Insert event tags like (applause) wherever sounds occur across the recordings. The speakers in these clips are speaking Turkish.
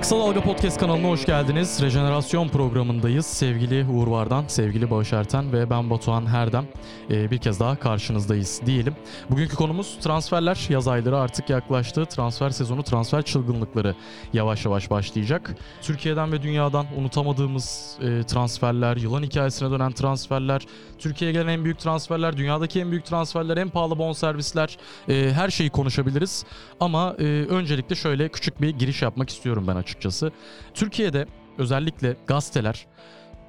Kısa Dalga Podcast kanalına hoş geldiniz. Rejenerasyon programındayız. Sevgili Uğur Vardan, sevgili Bağış Erten ve ben Batuhan Herdem e, bir kez daha karşınızdayız diyelim. Bugünkü konumuz transferler. Yaz ayları artık yaklaştı. Transfer sezonu, transfer çılgınlıkları yavaş yavaş başlayacak. Türkiye'den ve dünyadan unutamadığımız e, transferler, yılan hikayesine dönen transferler, Türkiye'ye gelen en büyük transferler, dünyadaki en büyük transferler, en pahalı bonservisler, e, her şeyi konuşabiliriz. Ama e, öncelikle şöyle küçük bir giriş yapmak istiyorum ben açıkçası. Türkiye'de özellikle gazeteler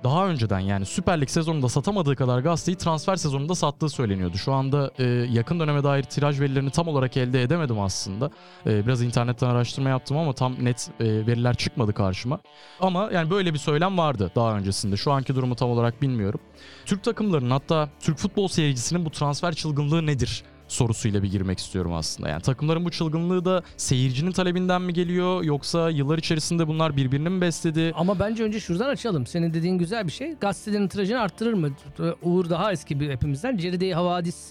daha önceden yani Süper Lig sezonunda satamadığı kadar gazeteyi transfer sezonunda sattığı söyleniyordu. Şu anda e, yakın döneme dair tiraj verilerini tam olarak elde edemedim aslında. E, biraz internetten araştırma yaptım ama tam net e, veriler çıkmadı karşıma. Ama yani böyle bir söylem vardı daha öncesinde. Şu anki durumu tam olarak bilmiyorum. Türk takımlarının hatta Türk futbol seyircisinin bu transfer çılgınlığı nedir? sorusuyla bir girmek istiyorum aslında. Yani takımların bu çılgınlığı da seyircinin talebinden mi geliyor yoksa yıllar içerisinde bunlar birbirini mi besledi? Ama bence önce şuradan açalım. Senin dediğin güzel bir şey. Gazetelerin tirajını arttırır mı? Uğur daha eski bir hepimizden. Ceride-i Havadis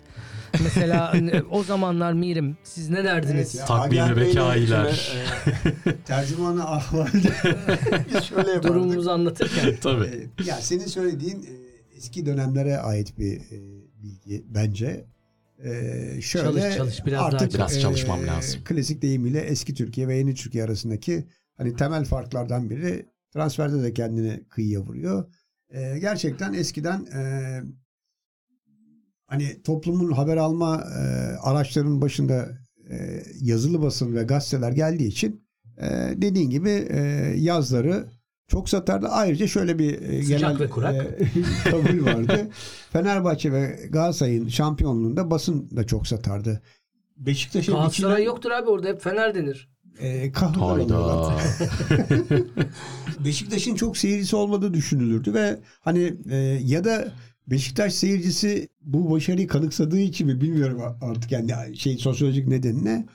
mesela (laughs) hani, o zamanlar Mirim siz ne derdiniz? ya, Takvim Agah ve Bey'le bekailer. şöyle, e, (laughs) Tercümanı ahvalde (laughs) biz şöyle yapardık. Durumumuzu anlatırken. Tabii. E, Ya senin söylediğin e, eski dönemlere ait bir e, bilgi bence. E, şöyle Çalış, çalış, biraz daha artık e, çalış. Biraz çalışmam lazım. Klasik deyimiyle eski Türkiye ve yeni Türkiye arasındaki hani temel farklardan biri transferde de kendini kıyıya vuruyor. E, gerçekten eskiden e, hani toplumun haber alma e, araçlarının başında e, yazılı basın ve gazeteler geldiği için e, dediğin gibi e, yazları çok satardı. Ayrıca şöyle bir e, Sıcak genel ve kurak. e, (laughs) kabul vardı. Fenerbahçe ve Galatasaray'ın şampiyonluğunda basın da çok satardı. Beşiktaş'ın Galatasaray yoktur abi orada hep Fener denir. e, kahraman Hayda. oluyorlar. Beşiktaş'ın çok seyircisi olmadığı düşünülürdü ve hani e, ya da Beşiktaş seyircisi bu başarıyı kanıksadığı için mi bilmiyorum artık yani şey sosyolojik nedenine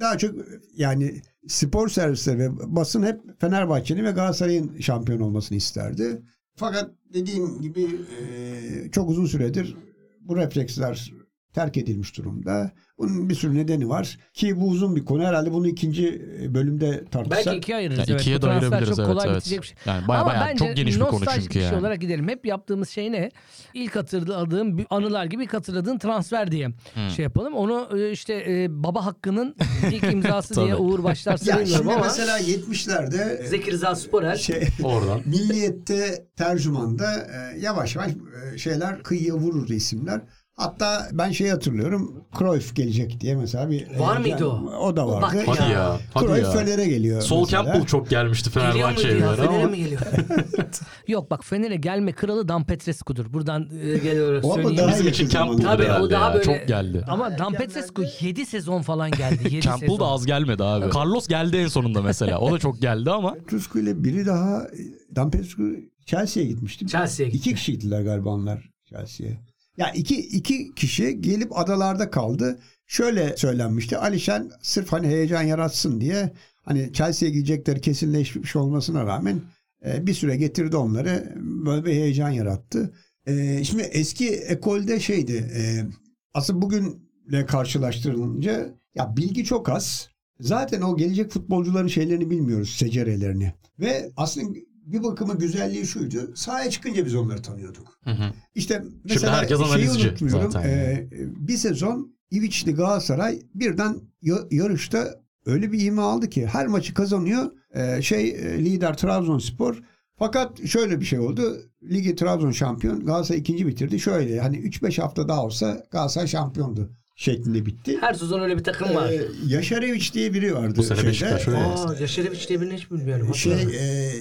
daha çok yani spor servisleri ve basın hep Fenerbahçe'nin ve Galatasaray'ın şampiyon olmasını isterdi. Fakat dediğim gibi e, çok uzun süredir bu refleksler terk edilmiş durumda. Bunun bir sürü nedeni var ki bu uzun bir konu herhalde bunu ikinci e, bölümde tartışsak. Belki ikiye ayırırız. Yani evet. ikiye Bu de transfer ayırabiliriz çok evet kolay evet. bitecek bir şey. Yani baya Ama baya bence çok geniş bir konu nostaljik çünkü bir şey yani. olarak gidelim. Hep yaptığımız şey ne? İlk hatırladığım bir- anılar gibi ilk hatırladığın transfer diye Hı. şey yapalım. Onu e, işte e, (laughs) baba hakkının ilk imzası diye Tabii. Uğur başlarsa Ya bilmiyorum şimdi ama. mesela 70'lerde Zeki Rıza Sporel. şey Oradan. Milliyet'te tercümanda e, yavaş yavaş e, şeyler kıyıya vururdu isimler. Hatta ben şey hatırlıyorum. Cruyff gelecek diye mesela bir Var e, mıydı o? O da O vardı. bak Hadi ya. Hadi Cruyff ya. Fener'e geliyor. Sol mesela. Campbell çok gelmişti Geliyor muydu Fenerbahçe'ye ya? göre Fener'e ama. mi geliyor? (laughs) Yok bak Fener'e gelme kralı Dampetrescu'dur. Buradan e, genel olarak O ama söyleyeyim. daha Bizim yakın için zamanda. Campbell Tabii, o herhalde daha ya. böyle- Çok geldi. Ama Dampetrescu 7 sezon falan geldi. 7 Campbell sezon. da az gelmedi abi. Carlos geldi en sonunda mesela. O da çok geldi ama. Tusku ile biri daha e, Dampescu Chelsea'ye gitmişti. Chelsea'ye gitti. İki kişiydiler galiba onlar Chelsea'ye. Ya iki, iki kişi gelip adalarda kaldı. Şöyle söylenmişti. Alişen sırf hani heyecan yaratsın diye hani Chelsea'ye gidecekleri kesinleşmiş olmasına rağmen e, bir süre getirdi onları. Böyle bir heyecan yarattı. E, şimdi eski ekolde şeydi. E, aslında bugünle karşılaştırılınca ya bilgi çok az. Zaten o gelecek futbolcuların şeylerini bilmiyoruz, secerelerini. Ve aslında bir bakıma güzelliği şuydu. Sahaya çıkınca biz onları tanıyorduk. İşte mesela herkes şeyi analizci unutmuyorum. zaten. Ee, bir sezon İviçli Galatasaray birden ya- yarışta öyle bir ivme aldı ki her maçı kazanıyor. Ee, şey e, lider Trabzonspor. Fakat şöyle bir şey oldu. Ligi Trabzon şampiyon. Galatasaray ikinci bitirdi. Şöyle hani 3-5 hafta daha olsa Galatasaray şampiyondu şeklinde bitti. Her sezon öyle bir takım var. Ee, Yaşar Eviç diye biri vardı. Bu sene şeyde. Beşiktaş öyle. Ee, Aa, Yaşareviç diye birini hiç bilmiyorum. şey e,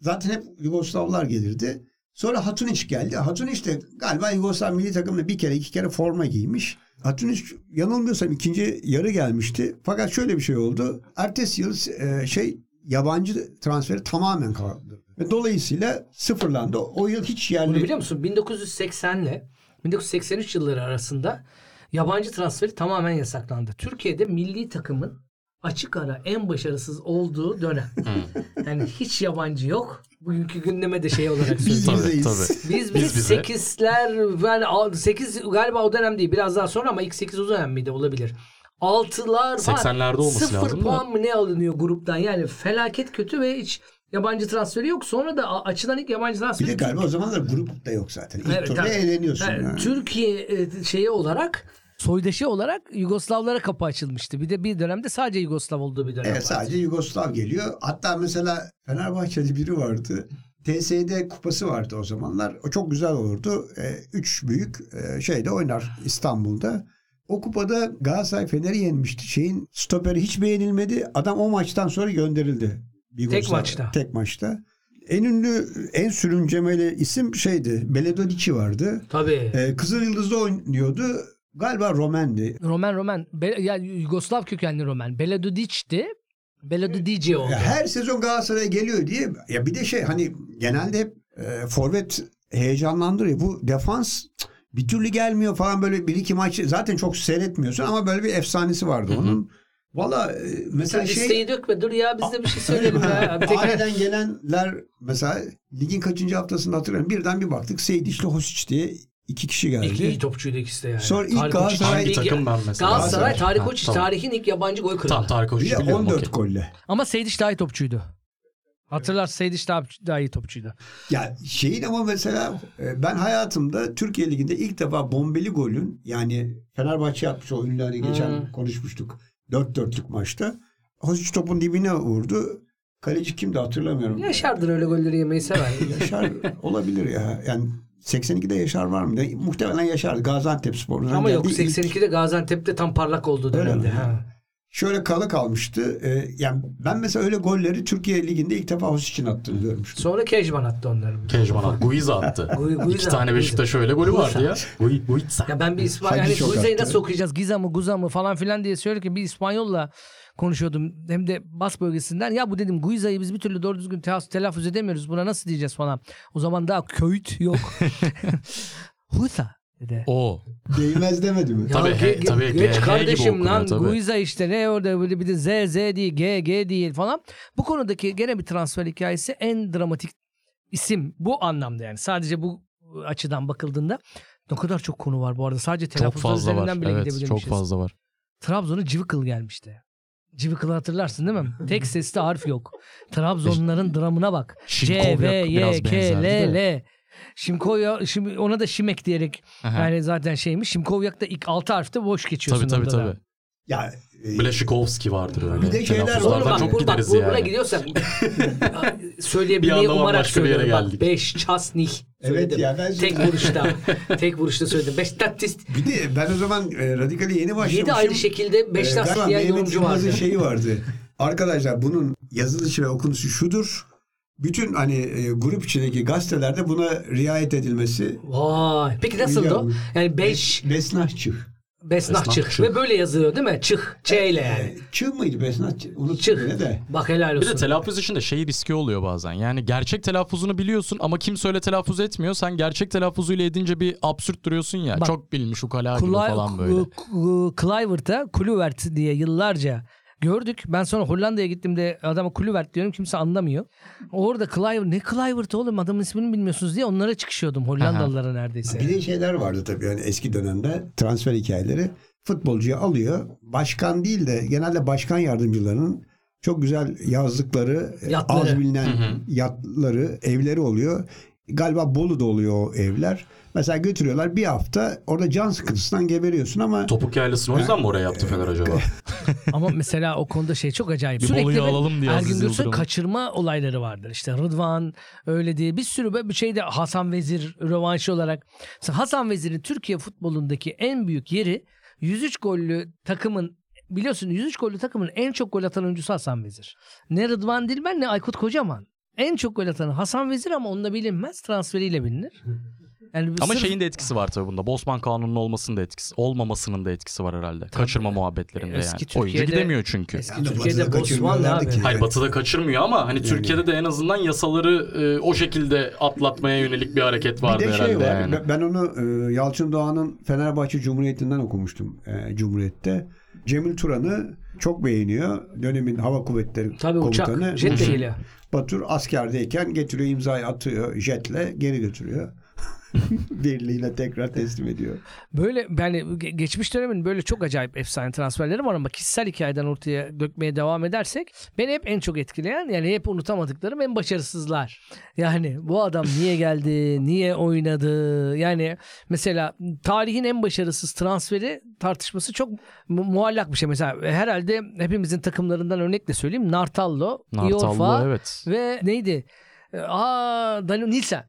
zaten hep Yugoslavlar gelirdi. Sonra Hatuniç geldi. Hatuniç de galiba Yugoslav milli takımda bir kere iki kere forma giymiş. Hatuniç yanılmıyorsam ikinci yarı gelmişti. Fakat şöyle bir şey oldu. Ertesi yıl e, şey yabancı transferi tamamen kaldı. Ve dolayısıyla sıfırlandı. O yıl hiç Bunu yerli biliyor musun? 1980 ile 1983 yılları arasında yabancı transferi tamamen yasaklandı. Türkiye'de milli takımın açık ara en başarısız olduğu dönem. Hmm. (laughs) yani hiç yabancı yok. Bugünkü gündeme de şey olarak biz söyleyeyim. Tabii bizeyiz. tabii. Biz Biz biz bize. 8'ler yani 8 galiba o dönem değil biraz daha sonra ama ilk 8 o dönem miydi olabilir. Altılar falan. 80'lerde olması Sıfır lazım da. puan mı ne alınıyor gruptan yani felaket kötü ve hiç yabancı transferi yok. Sonra da a- açılan ilk yabancı transferi Bir de galiba o zamanlar grup da yok zaten. İlk Evet, turda tabii. eğleniyorsun. Evet, yani. Türkiye e, şeyi olarak soydaşı olarak Yugoslavlara kapı açılmıştı. Bir de bir dönemde sadece Yugoslav olduğu bir dönem Evet, vardı. E, sadece Yugoslav geliyor. Hatta mesela Fenerbahçe'de biri vardı. TSD kupası vardı o zamanlar. O çok güzel olurdu. E, üç büyük e, şeyde oynar İstanbul'da. O kupada Galatasaray Fener'i yenmişti. Şeyin stoperi hiç beğenilmedi. Adam o maçtan sonra gönderildi. Yugoslav- maçta. Tek maçta. En ünlü, en sürüncemeli isim şeydi. Beledolici vardı. Tabii. E, Kızıl Yıldız'da oynuyordu. Galiba Romendi. Roman Roman Be- ya Yugoslav kökenli Roman. Beledodic'ti. Beledodici oldu. Ya her sezon Galatasaray'a geliyor diye ya bir de şey hani genelde hep e, forvet heyecanlandırıyor. Bu defans cık, bir türlü gelmiyor falan böyle bir iki maçı zaten çok seyretmiyorsun ama böyle bir efsanesi vardı onun. Valla e, mesela Sen şey listeyi dökme dur ya biz de bir şey (laughs) söyleyelim ya. Bir tek- Aileden gelenler mesela ligin kaçıncı haftasını hatırlıyorum. Birden bir baktık Seydiç'le Hosic diye iki kişi geldi. İlk iyi topçuydu ikisi de yani. Sonra ilk Tarık Hoca- Galatasaray- Tarık- Hangi takım ben mesela? Galatasaray Tarık Ha, Hoca tamam. tarihin ilk yabancı gol kralı. Tamam Tarık bir Hoca de biliyorum. 14 okey. golle. Ama Seydiş daha iyi topçuydu. Hatırlar Seydiş daha, daha iyi topçuydu. Ya şeyin ama mesela e, ben hayatımda Türkiye Ligi'nde ilk defa bombeli golün yani Fenerbahçe yapmış o ünlü hani geçen Hmm. konuşmuştuk. 4-4'lük maçta. Hozic topun dibine vurdu. Kaleci kimdi hatırlamıyorum. Yaşar'dır öyle golleri yemeyi (laughs) sever. Yaşar olabilir ya. Yani 82'de Yaşar var mı? Ya, Muhtemelen Yaşar Gaziantep Spor'un. Ama yok geldiği ilk- 82'de Gaziantep'te tam parlak olduğu Öyle dönemde. mi? Ha. Şöyle kalı kalmıştı. E, yani ben mesela öyle golleri Türkiye Ligi'nde ilk defa Hozic'in attığını (laughs) görmüştüm. Sonra Kejman attı onları. Kejman attı. Guiza attı. Gu- Guiza, İki tane Guiza. Beşiktaş öyle golü vardı ya. Gui- Guiza. Ya ben bir İspanyol Hacı yani çok Guiza'yı attı. nasıl okuyacağız? Okuyacağız Giza mı Guza mı falan filan diye söylerken bir İspanyol'la konuşuyordum. Hem de Bas bölgesinden. Ya bu dedim Guiza'yı biz bir türlü doğru düzgün te- telaffuz edemiyoruz. Buna nasıl diyeceğiz falan. O zaman daha köyüt (laughs) yok. Husa dedi. O. Değmez demedi mi? Tabii, Ya he- ge- tabii, geç he gibi kardeşim okunuyor, lan, tabii. Guiza işte ne orada böyle bir de Z Z değil G G değil falan. Bu konudaki gene bir transfer hikayesi en dramatik isim bu anlamda yani sadece bu açıdan bakıldığında ne kadar çok konu var bu arada sadece Çok telaffuzlar fazla var. üzerinden bile Evet çok gidebilirmişiz. fazla var. Trabzon'a Cıvıkıl gelmişti. Cıvıkıl'ı (laughs) hatırlarsın değil mi? Tek sesli harf yok. Trabzonların dramına bak. C, Şimkovyak V, biraz Y, K, benzerdi L, de. L. Şimkoya, şimdi ona da Şimek diyerek Aha. yani zaten şeymiş. Şimkovyak da ilk 6 harfte boş Tabii geçiyorsun. tabii orada da. tabii. Ya e, Bleşikovski vardır öyle. Bir de şeyler var. Oğlum Telaffuzlardan bak, çok bur- bak gideriz bur- yani. (laughs) buna gidiyorsak Bir söyleyebilmeyi anda umarak bambaşka bir yere söylüyorum. Bak, geldik. 5 Çasnih söyledim. Evet ya, ben Tek söyledim. vuruşta. tek vuruşta söyledim. Beş tatist. Bir de ben o zaman e, radikale yeni başlamışım. 7 ayrı şekilde E, 5 galiba tatist diyen Mehmet yorumcu Yılmaz'ın vardı. şey- şeyi vardı. Arkadaşlar bunun yazılışı ve okunuşu şudur. Bütün hani e, grup içindeki gazetelerde buna riayet edilmesi Vay. Peki nasıldı o? Biliyorum. Yani 5 Besnahçı. Besnah Besnah Çık. Çık. Ve böyle yazıyor değil mi? Çık. Ç ile yani. E, Çığ mıydı Besnahçı? Unuttum Çık. yine de. Bak helal Bir de olsun. telaffuz işinde şey riski oluyor bazen. Yani gerçek telaffuzunu biliyorsun ama kimse öyle telaffuz etmiyor. Sen gerçek telaffuzuyla edince bir absürt duruyorsun ya. Bak, çok bilmiş ukala gibi Kula- falan böyle. Ku- Ku- Kluivert'a Kluivert diye yıllarca gördük. Ben sonra Hollanda'ya gittiğimde adama Kluivert diyorum kimse anlamıyor. Orada Kluivert ne Kluivert oğlum adamın ismini bilmiyorsunuz diye onlara çıkışıyordum Hollandalılara neredeyse. Bir de şeyler vardı tabii yani eski dönemde transfer hikayeleri. Futbolcuyu alıyor. Başkan değil de genelde başkan yardımcılarının çok güzel yazlıkları, e, Yatları. az bilinen Hı hı. yatları, evleri oluyor. Galiba Bolu'da oluyor o evler. Mesela götürüyorlar bir hafta orada can sıkıntısından geberiyorsun ama Topuk yaylasını o yüzden mi oraya yaptı Fener acaba? Ee, Ama mesela o konuda şey çok acayip. Bir Sürekli Bolu'yu bir alalım diye Ergün Aziz Gürsoy Yıldırım'ın. kaçırma olayları vardır. İşte Rıdvan öyle diye bir sürü böyle bir şey de Hasan Vezir rövanşı olarak. Mesela Hasan Vezir'in Türkiye futbolundaki en büyük yeri 103 gollü takımın biliyorsun 103 gollü takımın en çok gol atan oyuncusu Hasan Vezir. Ne Rıdvan Dilmen ne Aykut Kocaman. En çok gol atan Hasan Vezir ama onunla bilinmez transferiyle bilinir. Yani (laughs) Ama sırf- şeyin de etkisi var tabii bunda. Bosman Kanunu'nun olmasının da etkisi. Olmamasının da etkisi var herhalde. Kaçırma muhabbetlerinde Eski yani. Türkiye'de- Oyuncu gidemiyor çünkü. Eski Yine Türkiye'de batıda Bosmanlı kaçırmıyorlardı abi. ki. Hayır Batı'da kaçırmıyor ama hani Türkiye'de de en azından yasaları e, o şekilde atlatmaya yönelik bir hareket vardı bir de herhalde şey var. yani. ben- Ben onu e, Yalçın Doğan'ın Fenerbahçe Cumhuriyeti'nden okumuştum e, Cumhuriyet'te. Cemil Turan'ı çok beğeniyor. Dönemin Hava Kuvvetleri Tabii Komutanı. uçak. Jet de geliyor. Batur askerdeyken getiriyor imzayı atıyor jetle geri götürüyor. birliğine tekrar teslim ediyor. Böyle yani ge- geçmiş dönemin böyle çok acayip efsane transferleri var ama kişisel hikayeden ortaya dökmeye devam edersek beni hep en çok etkileyen yani hep unutamadıklarım en başarısızlar. Yani bu adam niye geldi, (laughs) niye oynadı? Yani mesela tarihin en başarısız transferi tartışması çok mu- muallak bir şey. Mesela herhalde hepimizin takımlarından örnekle söyleyeyim. Nartallo, Iorfa Nartallo evet. ve neydi? Aa, Danilo Nilsen.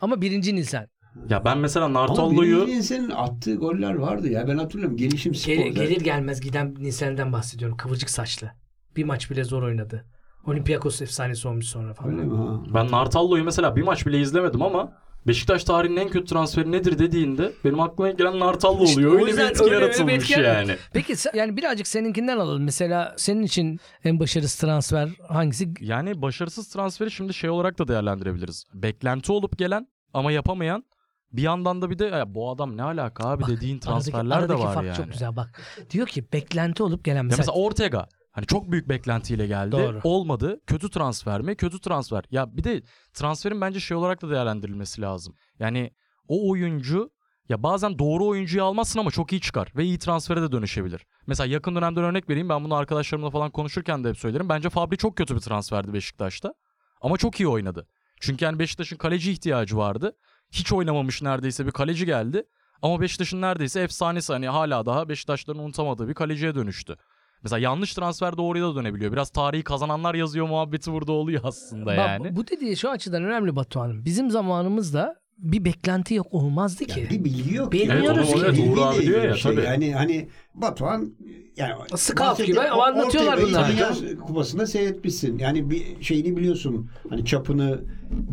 Ama birinci Nilsen. Ya ben mesela Ama Nartallo'yu birinci senin attığı goller vardı ya. Ben hatırlıyorum. Gelişim sporda. Gelir, gelir gelmez giden Nisan'dan bahsediyorum. Kıvırcık saçlı. Bir maç bile zor oynadı. Olympiakos efsanesi olmuş sonra falan. Öyle mi ha? ben Nartallo'yu mesela bir maç bile izlemedim ama Beşiktaş tarihinin en kötü transferi nedir dediğinde benim aklıma gelen Nartallo oluyor. İşte o öyle bir yüzden etki öyle- öyle bir yaratılmış etki yarat- yani. Peki sen- yani birazcık seninkinden alalım. Mesela senin için en başarısız transfer hangisi? Yani başarısız transferi şimdi şey olarak da değerlendirebiliriz. Beklenti olup gelen ama yapamayan bir yandan da bir de "Ya bu adam ne alaka abi Bak, dediğin transferler aradaki, de aradaki var fark yani. çok güzel bak. Diyor ki beklenti olup gelen Ya mesela. mesela Ortega hani çok büyük beklentiyle geldi. Doğru. Olmadı. Kötü transfer mi? Kötü transfer. Ya bir de transferin bence şey olarak da değerlendirilmesi lazım. Yani o oyuncu ya bazen doğru oyuncuyu almazsın ama çok iyi çıkar ve iyi transfere de dönüşebilir. Mesela yakın dönemden örnek vereyim. Ben bunu arkadaşlarımla falan konuşurken de hep söylerim. Bence Fabri çok kötü bir transferdi Beşiktaş'ta. Ama çok iyi oynadı. Çünkü yani Beşiktaş'ın kaleci ihtiyacı vardı. Hiç oynamamış neredeyse bir kaleci geldi. Ama Beşiktaş'ın neredeyse efsanesi hani hala daha Beşiktaşların unutamadığı bir kaleciye dönüştü. Mesela yanlış transfer doğruya da dönebiliyor. Biraz tarihi kazananlar yazıyor muhabbeti burada oluyor aslında Bak, yani. Bu dediği şu açıdan önemli Batuhan'ım. Bizim zamanımızda bir beklenti yok olmazdı ki. Yani bir bilgi yok. ki. Bilmiyoruz Evet, onu- ki. evet, Bilgi Uğur abi değil diyor ya, bir şey. tabii. Yani hani Batuhan yani Scout gibi ama anlatıyorlar Ortega'yı bunları. Dünya kupasında seyretmişsin. Yani bir şeyini biliyorsun. Hani çapını,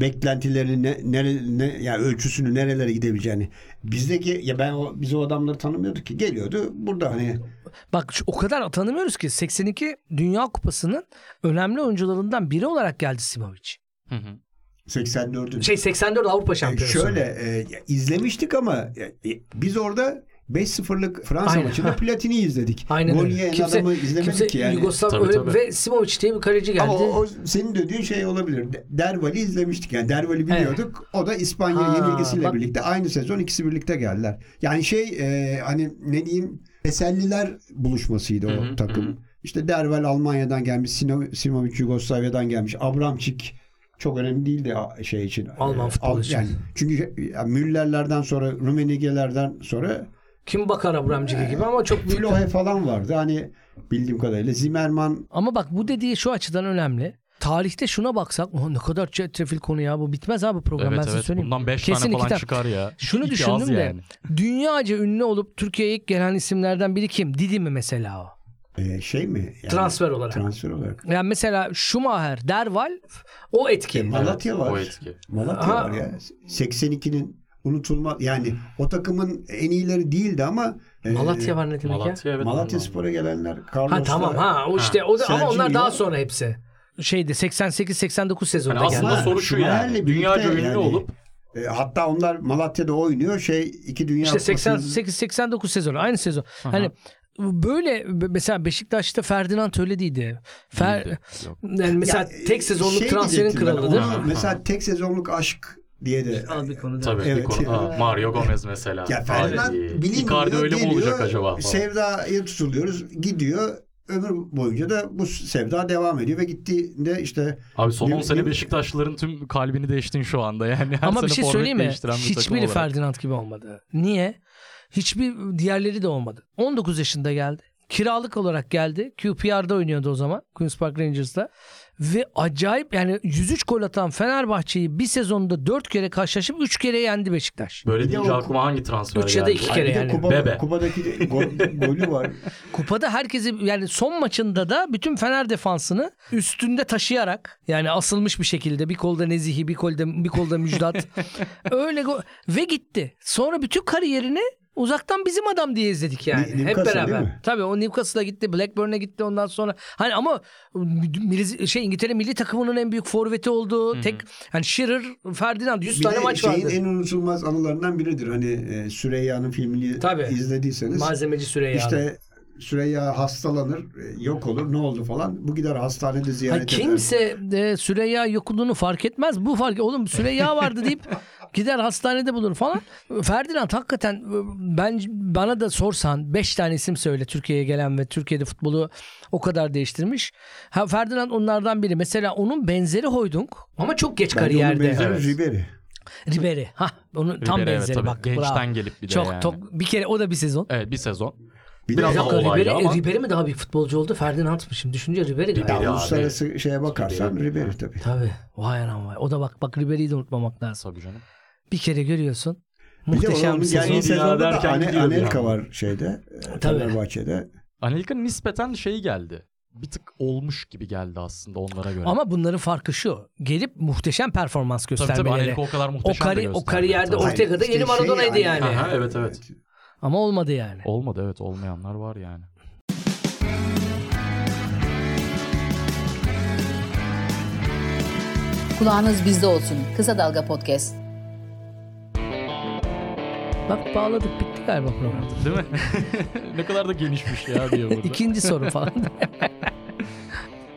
beklentilerini, ne, nere, ne, yani ölçüsünü nerelere gidebileceğini. Bizdeki ya ben o, biz o adamları tanımıyorduk ki geliyordu. Burada hani Bak şu- o kadar tanımıyoruz ki 82 Dünya Kupası'nın önemli oyuncularından biri olarak geldi Simovic. Hı hı. 84'ün Şey 84 Avrupa Şampiyonası. Şöyle e, izlemiştik ama e, e, biz orada 5-0'lık Fransa Aynen. maçında Platini izledik. Aynen Gol öyle. yiyen Kimse- adamı izlemedik Kimse ki yani. Yugoslav Tabii, öyle tabii. ve Simovic diye bir kaleci geldi. Ama o, o senin dediğin şey olabilir. De- Derval'i izlemiştik yani. Derval'i biliyorduk. O da İspanya Ha, yenilgisiyle bak- birlikte aynı sezon ikisi birlikte geldiler. Yani şey e, hani ne diyeyim teselliler buluşmasıydı o Hı hı, takım. hı. İşte Derval Almanya'dan gelmiş, Sino- Simovic Yugoslavya'dan gelmiş, Abramçik çok önemli değildi a- şey için. Alman Ee, futbolu Al- için. Yani çünkü ya, Müllerlerden sonra, Rumenigelerden sonra Kim bakar Abramcı'ya gibi ama çok büyük. Flohe falan vardı. Hani bildiğim kadarıyla Zimmerman Ama bak bu dediği şu açıdan önemli. Tarihte şuna baksak "Oh, ne kadar çetrefil konu ya bu bitmez abi program Evet ben size evet söyleyeyim. bundan 5 Kesin tane iki falan tane. çıkar ya. Şunu İki az düşündüm de yani. dünyaca ünlü olup Türkiye'ye ilk gelen isimlerden biri kim? Didi mi mesela o? e, şey mi? Yani, Transfer olarak. Transfer olarak. Yani mesela Schumacher, Derval O etki. Malatya O var. etki. Malatya Aha. var ya. 82'nin unutulmaz yani o takımın en iyileri değildi ama e, Malatya var ne demek ya? Malatya evet. Malatya ondan. Spor'a gelenler Carlos Ha tamam Sara- ha o işte o da, ama Sergio onlar daha Yol- sonra hepsi. şeydi 88-89 sezonunda Yani geldi. aslında Ama soru şu Schumacher'le yani. birlikte Dünyaca ünlü yani- olup E, hatta onlar Malatya'da oynuyor. Şey iki dünya İşte Kupası'nın- 88-89 sezonu aynı sezon. Hani böyle be- mesela Beşiktaş'ta Ferdinand öyle değildi. Fer- Değildi. Yok. Yani mesela Ya, e, tek sezonluk şey transferin diyecektim ben, kralıdır. onu Mesela tek sezonluk aşk diye de Al bir konu daha. tabii Evet, bir konu. ya. Ha, Mario Gomez mesela. ya Ferdinand Hadi. bilinmiyor. Icardi öyle mi geliyor, Şey olacak acaba falan. Sevdaya tutuluyoruz. Gidiyor. Ömür boyunca da bu sevda devam ediyor ve gittiğinde işte Abi son Ne- 10 sene ne- Beşiktaşlıların tüm kalbini değiştin şu anda yani. (laughs) Her Ama sene bir şey forvet söyleyeyim mi? değiştiren bir takım Hiçbiri olarak. Ferdinand gibi olmadı. Niye? Hiçbir diğerleri de olmadı. 19 yaşında geldi. Kiralık olarak geldi. QPR'da oynuyordu o zaman. Queen's Park Rangers'da. Ve acayip yani 103 gol atan Fenerbahçe'yi bir sezonda 4 kere karşılaşıp 3 kere yendi Beşiktaş. Böyle Bir de deyince o- aklıma hangi transfer Üç ya da geldi? iki Ay, kere bir de yani. Kuba- Bebe. Kuba'daki de gol- golü (laughs) var. Kupada herkesi yani son maçında da bütün Fener defansını üstünde taşıyarak yani asılmış bir şekilde bir kolda Nezihi bir kolda bir kolda (laughs) Müjdat öyle go- ve gitti. Sonra bütün kariyerini uzaktan bizim adam diye izledik yani. Ni- Hep Newcastle beraber. değil mi? Tabii o Newcastle'a gitti, Blackburn'a gitti ondan sonra. Hani ama milli- şey İngiltere milli takımının en büyük forveti olduğu tek hani Shearer, Ferdinand 100 Bir tane de maç şeyin vardı. en unutulmaz anılarından biridir. Hani e, Süreyya'nın filmini Tabii. izlediyseniz. Malzemeci Süreyya. abi. işte Süreyya hastalanır, e, yok olur, ne oldu falan. Bu gider hastanede ziyaret Hayır, eder. Hani kimse e, Süreyya yokluğunu fark etmez. Bu fark oğlum Süreyya vardı deyip Gider hastanede bulur falan. Ferdinand hakikaten e, ben bana da sorsan 5 tane isim söyle Türkiye'ye gelen ve Türkiye'de futbolu o kadar değiştirmiş. Ha, Ferdinand onlardan biri. Mesela onun benzeri Hoydunk. Ama çok geç Bence onun kariyerde. benzeri Evet. Ribery. Ribery. Ha, onun tam Ribery, evet, benzeri tabii. bak. Gençten bravo. gelip bir de çok, yani. Çok, bir kere o da bir sezon. Evet bir sezon. Bir Biraz de daha Yok, olaylı Ribery, e, ama- Ribery mi daha büyük futbolcu oldu? Ferdinand mı şimdi? Düşünce Ribery Ya, galiba. abi. uluslararası şeye bakarsan Ribery tabii. Tabii. Vay anam vay. O da bak bak Ribery'i de unutmamak lazım. Tabii canım. Bir kere görüyorsun. Bir de Muhteşem onun bir sezon. geldiği sezonda da derken Ane- gidiyordu Anelka yani. var şeyde. e, Tabii. Fenerbahçe'de. Anelka nispeten şey geldi. Bir tık olmuş gibi geldi aslında onlara göre. Ama bunların farkı şu. Gelip muhteşem performans tabii tabii göstermeleri. Anelka o kadar o, muhteşem de kari, o göstermedi. kariyerde Tabii. ortaya- Ortega'da Hayır, yeni Maradona'ydı şey, yani. Anelka. Aha, evet, evet. ama olmadı yani. Olmadı evet olmayanlar var yani. Kulağınız bizde olsun. Kısa Dalga Podcast. Bak bağladık bitti galiba program. Değil mi? (laughs) ne kadar da genişmiş ya diye burada. İkinci soru (laughs) falan.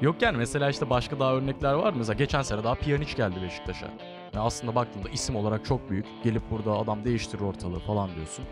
Yok yani mesela işte başka daha örnekler var mı? Mesela geçen sene daha Pjanic geldi Beşiktaş'a. Yani aslında baktığında isim olarak çok büyük. Gelip burada adam değiştirir ortalığı falan diyorsun.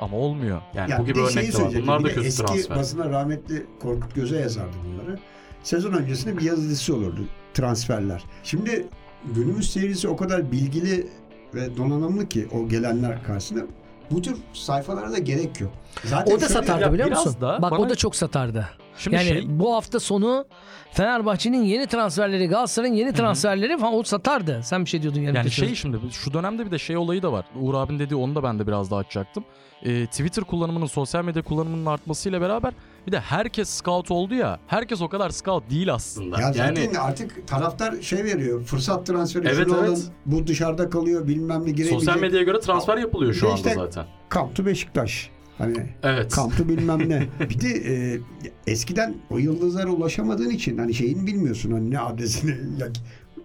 Ama olmuyor. Yani Ya bu bir gibi de şeyi örnekler var. söyleyecektim. Bunlar da Bir de kötü eski transfer. basına rahmetli Korkut Göze yazardı bunları. Sezon öncesinde bir yazı dizisi olurdu transferler. Şimdi günümüz seyircisi o kadar bilgili ve donanımlı ki o gelenler karşısında bu tür sayfalara da gerek yok. Zaten o da şöyle- satardı Ya biliyor biraz musun? da Bak bana- o da çok satardı. Şimdi yani şey bu hafta sonu Fenerbahçe'nin yeni transferleri, Galatasaray'ın yeni transferleri falan o satardı. Sen bir şey diyordun yani. Yani şey şimdi şu dönemde bir de şey olayı da var. Uğur abin dediği onu da ben de biraz daha açacaktım. Ee, Twitter kullanımının, sosyal medya kullanımının artmasıyla beraber bir de herkes scout oldu ya. Herkes o kadar scout değil aslında. Ya zaten yani artık taraftar şey veriyor. Fırsat transferi. Evet, şunu alın, evet. Bu dışarıda kalıyor bilmem ne giremeyecek. sosyal medyaya göre transfer yapılıyor Bir şu de anda işte- zaten. Kamptı Beşiktaş. Hani Evet. kamptı bilmem ne. (laughs) Bir de e, eskiden o yıldızlara ulaşamadığın için hani şeyini bilmiyorsun hani ne adresini (laughs) ya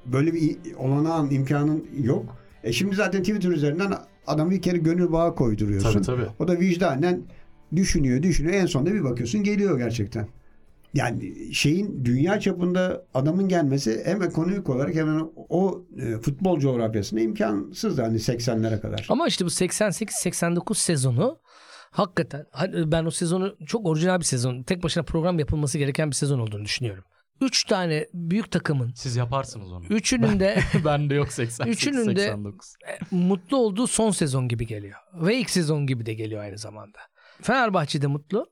böyle bir olanağın imkanın yok. E şimdi zaten Twitter üzerinden adam bir kere gönül bağı koyduruyorsun. Tabii tabii. O da vicdanen düşünüyor düşünüyor en sonunda bir bakıyorsun geliyor gerçekten. Yani şeyin dünya çapında adamın gelmesi hem ekonomik olarak hem o e, futbol coğrafyasında imkansızdı hani 80'lere kadar. Ama işte bu 88-89 sezonu hakikaten hani ben o sezonu çok orijinal bir sezon. Tek başına program yapılması gereken bir sezon olduğunu düşünüyorum. Üç tane büyük takımın Siz yaparsınız onu. üçünün de (laughs) ben de yok 88 Üçünün de- 89. (laughs) mutlu olduğu son sezon gibi geliyor. Ve ilk sezon gibi de geliyor aynı zamanda. Fenerbahçe'de mutlu.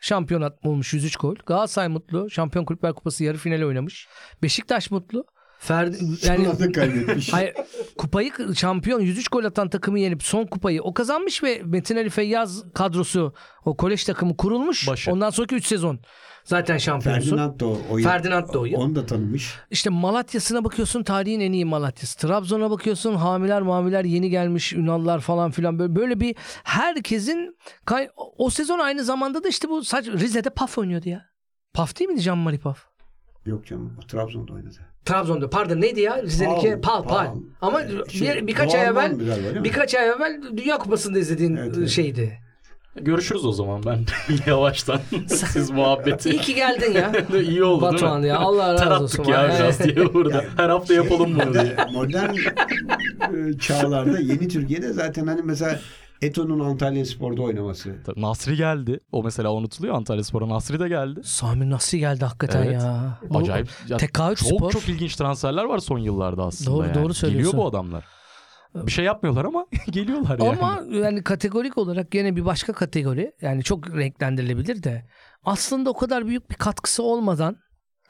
Şampiyon olmuş 103 gol. Galatasaray mutlu. Şampiyon Kulüpler Kupası yarı final oynamış. Beşiktaş mutlu. Ferdi, (laughs) yani Sonra da kaybetmiş. Hayır, kupayı şampiyon 103 gol atan takımı yenip son kupayı o kazanmış ve Metin Ali Feyyaz kadrosu o kolej takımı kurulmuş. Başı. Ondan sonraki 3 sezon. Zaten şampiyonsun. Ferdinand da o, o Ferdinand da o yıl. Onu da tanımış. İşte Malatya'sına bakıyorsun tarihin en iyi Malatya'sı. Trabzon'a bakıyorsun hamiler mamiler yeni gelmiş Ünallar falan filan böyle, böyle bir herkesin kay- o sezon aynı zamanda da işte bu saç Rize'de Paf oynuyordu ya. Paf değil miydi Jean-Marie Paf? Yok canım o Trabzon'da oynadı. Trabzon'da pardon neydi ya? Rize'deki Pal, Pal Pal. Pal. Ama Ee, bir- şey, birkaç Doğan ay evvel- Doğan galiba, değil mi? birkaç ay evvel Dünya Kupası'nda izlediğin Evet, evet. şeydi. Görüşürüz o zaman ben (laughs) (laughs) yavaştan. Siz muhabbeti. (laughs) İyi ki geldin ya. iyi oldu Batuhan ya (laughs) Allah Ter razı olsun. attık ya Vay. biraz (laughs) diye burada. Her hafta yapalım bunu diye. (laughs) Modern e, çağlarda yeni Türkiye'de zaten hani mesela Eto'nun Antalya Spor'da oynaması. (laughs) Tabii Nasri geldi. O mesela unutuluyor Antalya Spor'a. Nasri de geldi. Sami nasıl geldi hakikaten Evet. ya. Bu- Acayip. Ya Tekahüt çok spor. çok ilginç transferler var son yıllarda aslında. Doğru, yani. doğru söylüyorsun. Geliyor bu adamlar. Bir şey yapmıyorlar ama (laughs) geliyorlar yani. Ama yani kategorik olarak gene bir başka kategori. Yani çok renklendirilebilir de. Aslında o kadar büyük bir katkısı olmadan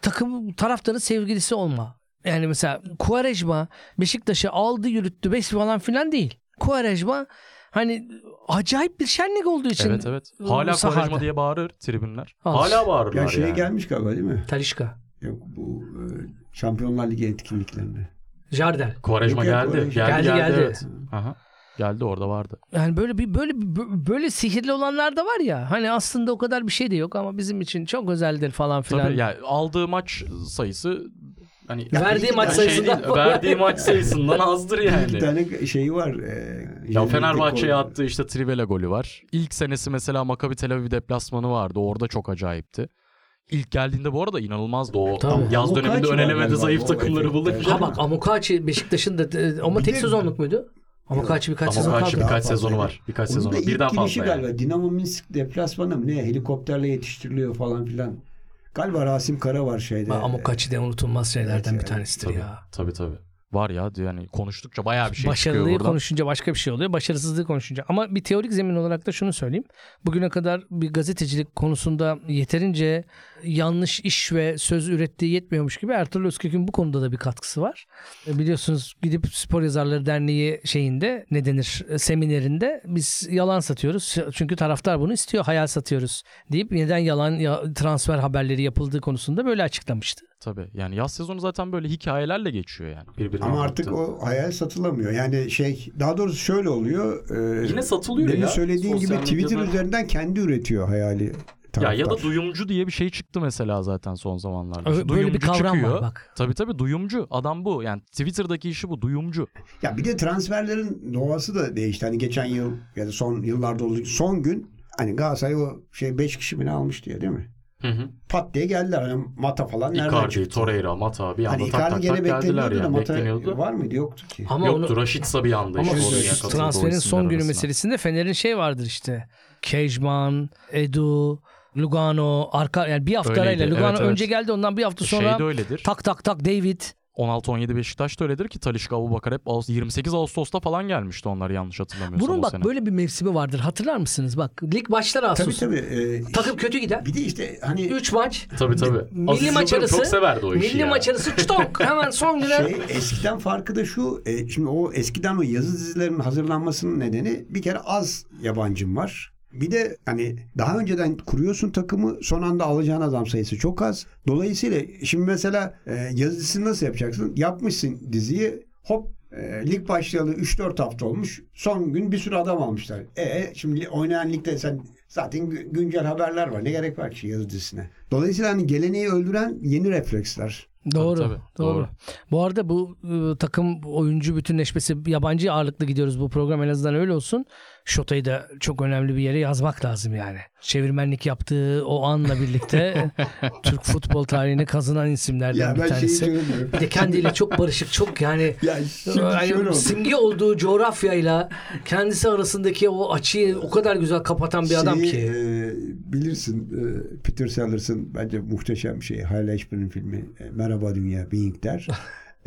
takım taraftarın sevgilisi olma. Yani mesela Kuarejma Beşiktaş'ı aldı yürüttü 5 falan filan değil. Kuarejma hani acayip bir şenlik olduğu için. Evet evet. bu Hala sahada. Kovarejma diye bağırır tribünler. Al. Hala bağırırlar Ya şeye yani. gelmiş galiba değil mi? Talişka. Yok bu e, Şampiyonlar Ligi etkinliklerine. Jardel. Kovarejma Yok, yok, geldi. Kovarejma. geldi. Geldi Geldi, geldi. geldi. evet. Aha. Geldi orada vardı. Yani böyle bir böyle bir- böyle sihirli olanlar da var ya. Hani aslında o kadar bir şey de yok ama bizim için çok özeldir falan Tabii filan. yani aldığı maç sayısı hani Ya, Verdiği maç şey değil, sayısından verdiği maç sayısından azdır Bir iki yani. tane şeyi var. E, Ya yeni Fenerbahçe'ye dekor- attığı işte Trivela golü var. İlk senesi mesela Maccabi Tel Aviv deplasmanı vardı. Orada çok acayipti. İlk geldiğinde bu arada inanılmazdı o. Tabii. Yaz Ama döneminde kaç var önelemede galiba zayıf o takımları efekt? bulur. Evet. Ha bak Amokachi Beşiktaş'ın da e, ama Bir tek de- sezonluk muydu? Ama kaç birkaç Ama sezon kaç- kaldı. birkaç Daha sezonu fazla. var. Birkaç Onun sezonu. da var. ilk Birden girişi fazla yani. galiba Dinamo Minsk deplasmanı mı ne helikopterle yetiştiriliyor falan filan. Galiba Rasim Kara var şeyde. Ama kaçı de unutulmaz şeylerden Evet, bir tanesidir Tabii, ya. tabii tabii. Var ya yani konuştukça bayağı bir şey çıkıyor Başarılıyı buradan. konuşunca başka bir şey oluyor. Başarısızlığı konuşunca. Ama bir teorik zemin olarak da şunu söyleyeyim. Bugüne kadar bir gazetecilik konusunda yeterince yanlış iş ve söz ürettiği yetmiyormuş gibi Ertuğrul Özkök'ün bu konuda da bir katkısı var. E, Biliyorsunuz gidip Spor Yazarları Derneği şeyinde ne denir e, seminerinde biz yalan satıyoruz. Çünkü taraftar bunu istiyor. Hayal satıyoruz deyip neden yalan ya- transfer haberleri yapıldığı konusunda böyle açıklamıştı. Tabii yani yaz sezonu zaten böyle hikayelerle geçiyor yani. Birbirine Ama artık baktı. o hayal satılamıyor. Yani şey daha doğrusu şöyle oluyor. e, Yine satılıyor demin ya. söylediğin gibi Sosyal Twitter medyada. üzerinden kendi üretiyor hayali. Ya ya da taraftar. duyumcu diye bir şey çıktı mesela zaten son zamanlarda. Ö- Şu Böyle bir duyumcu kavram var çıkıyor. bak. Tabii tabii duyumcu adam bu. Yani Twitter'daki işi bu duyumcu. Ya bir de transferlerin doğası da değişti. Hani geçen yıl ya da son yıllarda oldu. Son gün hani Galatasaray o şey 5 kişi mi ne almış diye değil mi? Hı hı. Pat diye geldiler. Hani Mata falan nereden Icardi, çıktı? Torreira, Mata bir anda Hani tak Icardi tak gene tak geldiler bekleniyordu da yani. Mata Bekleniyordu. var mıydı? Yoktu ki. Ama Yoktu onu Rashica bir anda Ama işte şu- oraya şu katıldı o transferin isimler son günü arasına. meselesinde Fener'in şey vardır işte. Kejman, Edu, Lugano, arka yani bir hafta Öyleydi, arayla Lugano evet, evet. önce geldi ondan bir hafta sonra Şey de öyledir. tak tak tak David 16-17 Beşiktaş da öyledir ki Talişka, Abubakar hep Ağustos- 28 Ağustos'ta falan gelmişti onlar yanlış hatırlamıyorsam Bunun o bak sene. böyle bir mevsimi vardır. Hatırlar mısınız? Bak lig başlar Tabii Ağustos. tabii. e, takım kötü gider. bir de işte hani 3 maç. Tabii tabii. Milli Aziz maç Yıldırım arası- çok severdi o işi Milli ya. maç arası çtonk. Hemen son güne. şey eskiden farkı da şu. e, şimdi o eskiden o yazı dizilerinin hazırlanmasının nedeni bir kere az yabancım var. Bir de hani daha önceden kuruyorsun takımı son anda alacağın adam sayısı çok az. Dolayısıyla şimdi mesela e, yazı dizisini nasıl yapacaksın? Yapmışsın diziyi hop e, lig başlayalı 3-4 hafta olmuş. Son gün bir sürü adam almışlar. E şimdi oynayan ligde sen zaten gü- güncel haberler var. Ne gerek var ki yazı dizisine? Dolayısıyla hani geleneği öldüren yeni refleksler. Doğru, Tabii, tabii, doğru. doğru. Bu arada bu e, takım oyuncu bütünleşmesi yabancı ağırlıklı gidiyoruz bu program en azından öyle olsun. Şota'yı da çok önemli bir yere yazmak lazım yani. Çevirmenlik yaptığı o anla (laughs) birlikte Türk futbol tarihine kazınan isimlerden Ya bir ben şeyi tanesi. söylemiyorum. Bir de kendiyle çok barışık, çok yani Ya şimdi ıı, hani Yani şöyle oldu. simge olduğu coğrafyayla kendisi arasındaki o açıyı o kadar güzel kapatan bir adam Şeyi, ki. e, bilirsin e, Peter Sellers'ın bence muhteşem şeyi. Hayal Eşber'in filmi e, Merhaba Dünya Being (laughs) der.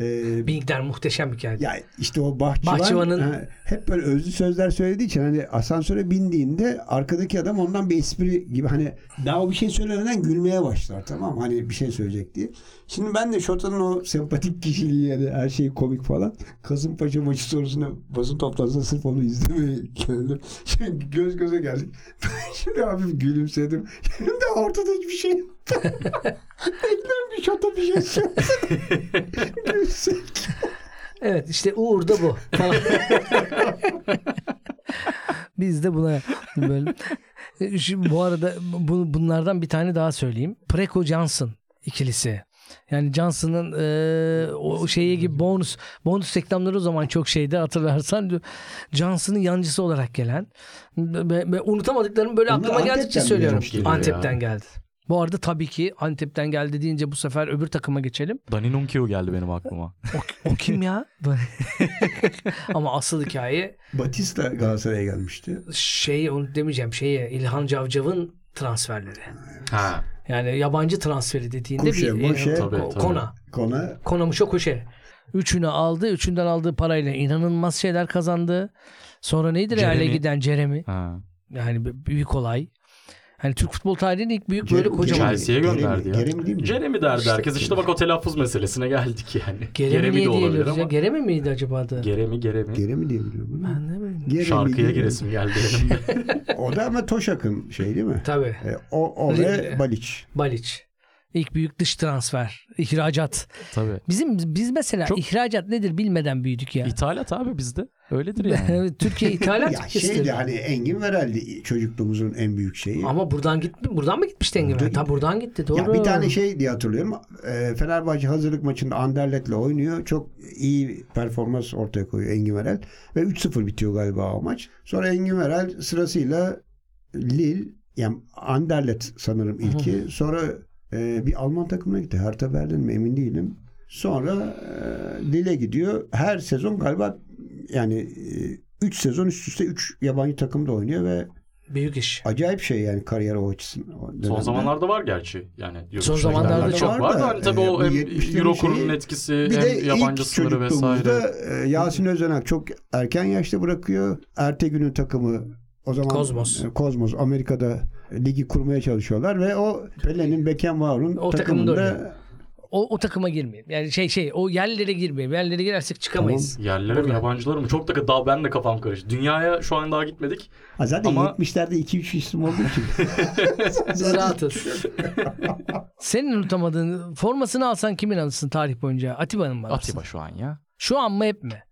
E, Bingler muhteşem bir hikaye. ya işte o bahçıvan, Bahçıvanın- ha, hep böyle özlü sözler söylediği için hani asansöre bindiğinde arkadaki adam ondan bir espri gibi hani daha o bir şey söylemeden gülmeye başlar tamam mı? hani bir şey söyleyecek diye. Şimdi ben de Şota'nın o sempatik kişiliği yani her şey komik falan Kasımpaşa maçı sorusunu basın toplantısında sırf onu izlemeye geldim. (laughs) Şimdi göz göze geldik. (laughs) Ben şimdi hafif gülümsedim. Şimdi de ortada hiçbir şey yok. (laughs) Bekliyorum bir Şota bir şey söylesin. Gülsün. Evet işte Uğur da bu. Falan. Biz de buna (laughs) böyle. Şimdi bu arada bu, bunlardan bir tane daha söyleyeyim. Preko Johnson ikilisi. Yani Johnson'ın e, o şeyi gibi bonus bonus reklamları o zaman çok şeydi hatırlarsan Johnson'ın yancısı olarak gelen ve, ve unutamadıklarımı böyle Onlar aklıma geldikçe Antep'ten mi söylüyorum. gelmiş geliyor ya? Antep'ten geldi. Bu arada tabii ki Antep'ten geldi deyince bu sefer öbür takıma geçelim. Dani Nunkio geldi benim aklıma. O kim (laughs) ya? Ama asıl hikaye Batista Galatasaray'a gelmişti. şey onu demeyeceğim şeye İlhan Cavcav'ın transferleri. Ha. Yani yabancı transferi dediğinde Kuşe, e, bir Moşe. Tabii, ko- tabii. kona. Kona Kona Muşa Kuşe. Üçünü aldı. Üçünden aldığı parayla inanılmaz şeyler kazandı. Sonra neydi Real'e Jeremy. giden Jeremy? ha. Yani b- büyük olay. Hani Türk futbol tarihinin ilk büyük böyle Jeremy- kocaman. Jeremy. Chelsea'ye Jeremy- gönderdi ya. Jeremy değil mi? Jeremy derdi herkes. İşte bak o telaffuz meselesine geldik yani. Jeremy Jeremy de diye olabilir diyoruz ya. ama. Geremi miydi acaba adı? Geremi, Geremi. Geri mi diyebiliyorum? Ben de bilmiyorum. Geri Şarkıya giresim geldi. (laughs) O da ama Toşak'ın şey değil mi? Tabii. E, o, o ve Rize. Baliç. Baliç. İlk büyük dış transfer, ihracat. Tabii. Bizim biz mesela Çok- ihracat nedir bilmeden büyüdük ya. İthalat abi bizde. (laughs) Öyledir yani. Evet, Türkiye ithalat (laughs) Ya şeydi ülkesidir. hani Engin Verel'di çocukluğumuzun en büyük şeyi. Ama buradan git buradan mı gitmişti Buradan Engin? gitti. Ta buradan gitti doğru. Ya bir tane şey diye hatırlıyorum. E, Fenerbahçe hazırlık maçında Anderlet'le oynuyor. Çok iyi performans ortaya koyuyor Engin Verel. Ve 3-0 bitiyor galiba o maç. Sonra Engin Verel sırasıyla Lille, yani Anderlet sanırım ilki. Sonra e, bir Alman takımına gitti. Hertha Berlin mi emin değilim. Sonra e, Lille'e gidiyor. Her sezon galiba yani 3 sezon üst üste 3 yabancı takımda oynuyor ve Büyük iş. acayip şey yani kariyer o açısından. o Son dönemde. zamanlarda var gerçi. Yani yurt Son dışına zamanlarda gidenler çok var var da da, hani tabii e, bu o hem 70'lerin euro kurunun şeyi- etkisi Bir de hem yabancı ilk sınırı vesaire. çocukluğumuzda e, Yasin Özenak çok erken yaşta bırakıyor. Ertegün'ün takımı o zaman Kozmos. e, Kozmos Amerika'da ligi kurmaya çalışıyorlar ve o Pelé'nin Beckenbauer'un O takımında takımında, oynuyor. O, o takıma girmeyeyim. Yani şey şey o yerlere girmeyeyim. Yerlere girersek çıkamayız. Yerlere mi Burada. yabancılar mı? Çok da daha ben de kafam karıştı. Dünyaya şu an daha gitmedik. Ha zaten Ama- 70'lerde 2-3 isim olduğu için. (laughs) (laughs) Biz rahatız. Senin unutamadığın formasını alsan kimin alırsın tarih boyunca? Atiba'nın mı alırsın? Atiba şu an ya. Şu an mı hep mi?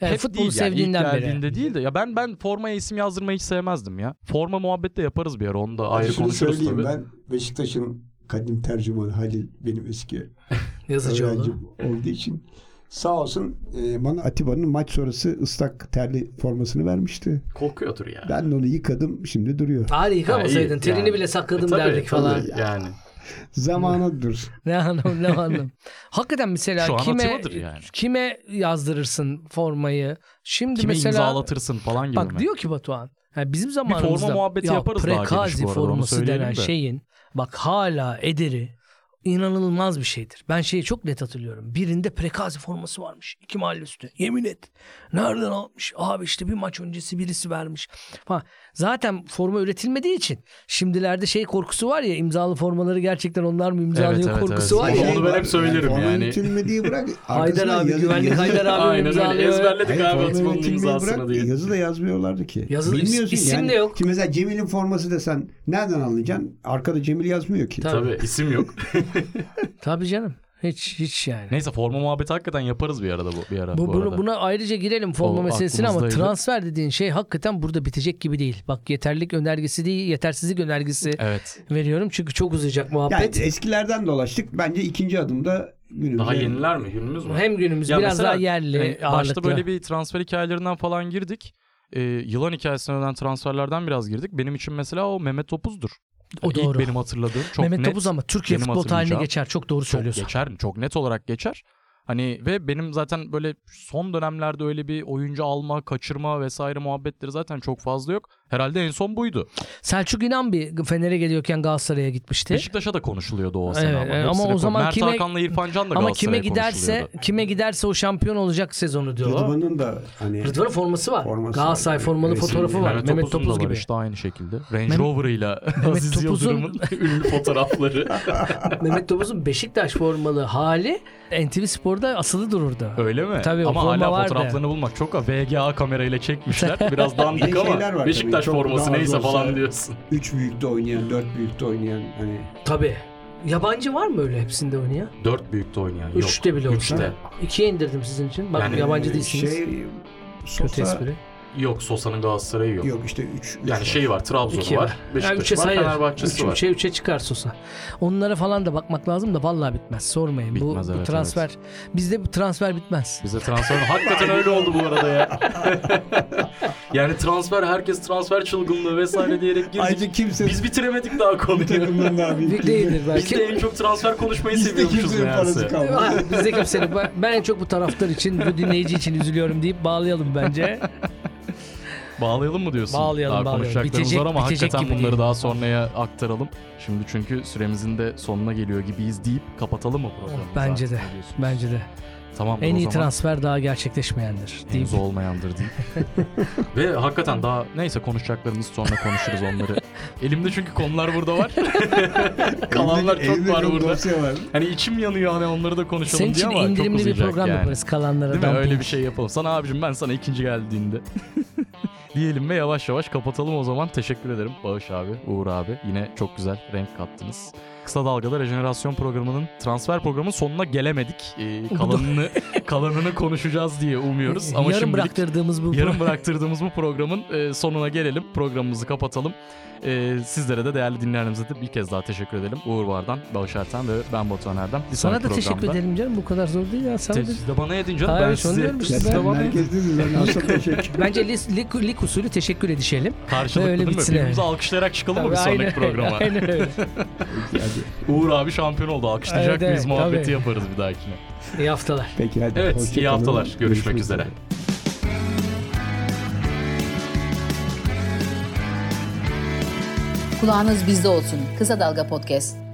Yani Hep futbolu değil yani, ilk sevdiğinden beri. geldiğinde değil de ya ben ben formaya isim yazdırmayı hiç sevmezdim ya. Forma muhabbet de yaparız bir ara onu da ayrı Şunu konuşuruz söyleyeyim, tabii. Ben Beşiktaş'ın kadim tercümanı Halil benim eski Yazıcıoğlu. öğrencim olduğu için sağ olsun e, Bana Atiba'nın maç sonrası ıslak terli formasını vermişti. Korkuyordur ya. E, Ben de onu yıkadım şimdi duruyor. Bari yıkamasaydın. iyi, terini yani. bile sakladım E, tabii, derdik falan. tabii Yani. Zamanı dur. Ne anlam (laughs) ne anlam. Hakikaten mesela Şu an kime Atiba'dır yani. kime yazdırırsın formayı? Şimdi Kime mesela imzalatırsın falan gibi bak mi? diyor ki Batuhan. ha bizim forma zamanımızda muhabbeti ya yaparız daha geniş bu prekazi arada, onu forması söyleyelim denen de. şeyin bak hala ederi inanılmaz bir şeydir. Ben şeyi çok net hatırlıyorum. Birinde prekazi forması varmış. iki mahalle üstü. Yemin et. Nereden almış? Abi işte bir maç öncesi birisi vermiş. Falan. Zaten forma üretilmediği için şimdilerde şey korkusu var ya imzalı formaları gerçekten onlar mı imzalıyor evet, korkusu evet. var Onu- ya. onu ben hep söylerim forma yani. üretilmediği bırak. Haydar arkasına abi yazı- güvenlik yazı- Haydar abi Aynen öyle imzalıyor. ezberledik Hayır, abi forma Osman'ın üretilmeyi imzasını bırak, diye. Yazı da yazmıyorlardı ki. Yazılı is- Bilmiyorsun isim yani. de yok. Ki mesela Cemil'in forması desen nereden anlayacaksın? Arkada Cemil yazmıyor ki. Tabii isim yok. Tabii canım. Hiç hiç yani. Neyse forma muhabbeti hakikaten yaparız bir arada bu bir ara. Bu, bu bunu, arada. buna ayrıca girelim forma O meselesine ama aklımızdaydı. transfer dediğin şey hakikaten burada bitecek gibi değil. Bak yeterlik önergesi değil, yetersizlik önergesi Evet. veriyorum çünkü çok uzayacak Yani muhabbet. eskilerden dolaştık. Bence ikinci adımda günümüzde. Daha yeniler mi? Günümüz mü? Hem günümüz Ya biraz mesela, daha yerli hani ağırlıklı. Başta böyle bir transfer hikayelerinden falan girdik. Ee, yılan hikayesine dönen transferlerden biraz girdik. Benim için mesela o Mehmet Topuz'dur. O İlk doğru. benim hatırladığım çok Mehmet net. Topuz ama Türkiye benim futbol tarihine hatırlayacağım. geçer. Çok doğru çok söylüyorsun. geçer, çok net olarak geçer. Hani ve benim zaten böyle son dönemlerde öyle bir oyuncu alma, kaçırma vesaire muhabbetleri zaten çok fazla yok. Herhalde en son buydu. Selçuk İnan bir Fener'e geliyorken Galatasaray'a gitmişti. Beşiktaş'a da konuşuluyordu o sene Evet, ama. evet, Hepsine ama o konu- zaman Mert kime- Hakan'la İrfan Can da ama Galatasaray'a kime giderse konuşuluyordu. kime giderse o şampiyon olacak sezonu diyor. o. Rıdvan'ın da hani Rıdvan'ın forması var. Forması Galatasaray var. formalı Resimli. fotoğrafı var. Mehmet, Mehmet Topuz'un da Topuz var gibi. işte aynı şekilde. Range Mehmet- Rover'ıyla (laughs) Aziz Topuz'un- (laughs) Yıldırım'ın ünlü fotoğrafları. Mehmet Topuz'un Beşiktaş formalı hali NTV Spor'da asılı dururdu. Öyle mi? Tabii, o ama forma hala vardı. fotoğraflarını bulmak çok VGA kamerayla (laughs) çekmişler. Biraz Bir dandik de şeyler ama var Beşiktaş tabii, çok forması daha şey. neyse zorsa- falan diyorsun. 3 büyükte oynayan, 4 büyükte oynayan hani Tabii. Yabancı var mı öyle hepsinde oynayan? Dört büyükte oynayan yok. Üçte bile olsa. Üçte. İkiye indirdim sizin için. Bak Yani e, yabancı değilsiniz. şey Kötü Sosa, espri. Yok Sosa'nın Galatasaray'ı yok. yok işte 3 Yani şey var Trabzon'u İki var. var. Yani üçe şey- Beşiktaş var. sayar. Fenerbahçe'si Üçe, var. üçe, üçe çıkar Sosa. Onlara falan da bakmak lazım da vallahi bitmez. Sormayın. Bitmez, bu, bu evet, transfer. Bizde bu transfer bitmez. Bize transfer hakikaten öyle oldu bu arada ya. (laughs) Yani transfer herkes transfer çılgınlığı vesaire diyerek girdik. Ayrıca kimse Biz bitiremedik daha konuyu. takımdan daha büyük Büyük değildir Biz de (laughs) belki. en çok transfer konuşmayı Biz de seviyormuşuz kimsenin parası meğerse. kalmadı. Ah, Bizde kimsenin. Ben- Ben en çok bu taraftar için, bu dinleyici için üzülüyorum deyip bağlayalım bence. Bağlayalım mı diyorsun? Bağlayalım, daha bağlayalım. konuşacaklarımız Bitecek- var ama bitecek hakikaten gibi bunları değil. daha sonraya aktaralım. Şimdi çünkü süremizin de sonuna geliyor gibiyiz deyip kapatalım mı programı? Oh, Bence zaten? de. Ne diyorsun? Bence de. Tamam. En o iyi zaman transfer daha gerçekleşmeyendir. Deyip. henüz olmayandır deyip. (laughs) Ve hakikaten daha neyse konuşacaklarımız sonra konuşuruz onları. Elimde çünkü konular burada (laughs) var. Kalanlar çok Elimde var burada. dosya var. Hani içim yanıyor hani onları da konuşalım Senin diye için ama çok indirimli bir uzayacak program yani. yaparız kalanlara. Değil mi? dumping. Öyle bir şey yapalım. Sana abicim ben sana ikinci geldiğinde. (laughs) Diyelim ve yavaş yavaş kapatalım o zaman. Teşekkür ederim Bağış abi, Uğur abi. Yine çok güzel renk kattınız. Kısa Dalga'da Rejenerasyon programının, transfer programının sonuna gelemedik. Ee, kalanını (laughs) kalanını konuşacağız diye umuyoruz. Ama yarım şimdilik bıraktırdığımız bu yarım bıraktırdığımız bu programın e, sonuna gelelim. Programımızı kapatalım. E, sizlere de değerli dinleyenlerimize de bir kez daha teşekkür edelim. Uğur Vardan, Bağış Erten ve ben Batuhan Erdem. Bir Sana da sonraki teşekkür programda- ederim canım. Bu kadar zor değil ya. Sana da... Siz de bana edin canım. Hayır, ben onu diyorum size, işte. siz de Ben bana edin. merkezdeyiz. (laughs) Ben aslında teşekkür Bence lig, lig, lig usulü teşekkür edişelim. Karşılıklı Öyle değil mi? bitsin, Birbirimizi evet. alkışlayarak çıkalım mı bir Tabii, sonraki aynen- programa? (laughs) Aynen öyle. Uğur abi şampiyon oldu. Alkışlayacak Evet, mıyız evet, muhabbeti tabii. yaparız bir dahakine. İyi haftalar. Peki hadi. Evet hoşça iyi kalın. haftalar. Görüşmek üzere. Kulağınız bizde olsun. Kısa Dalga Podcast.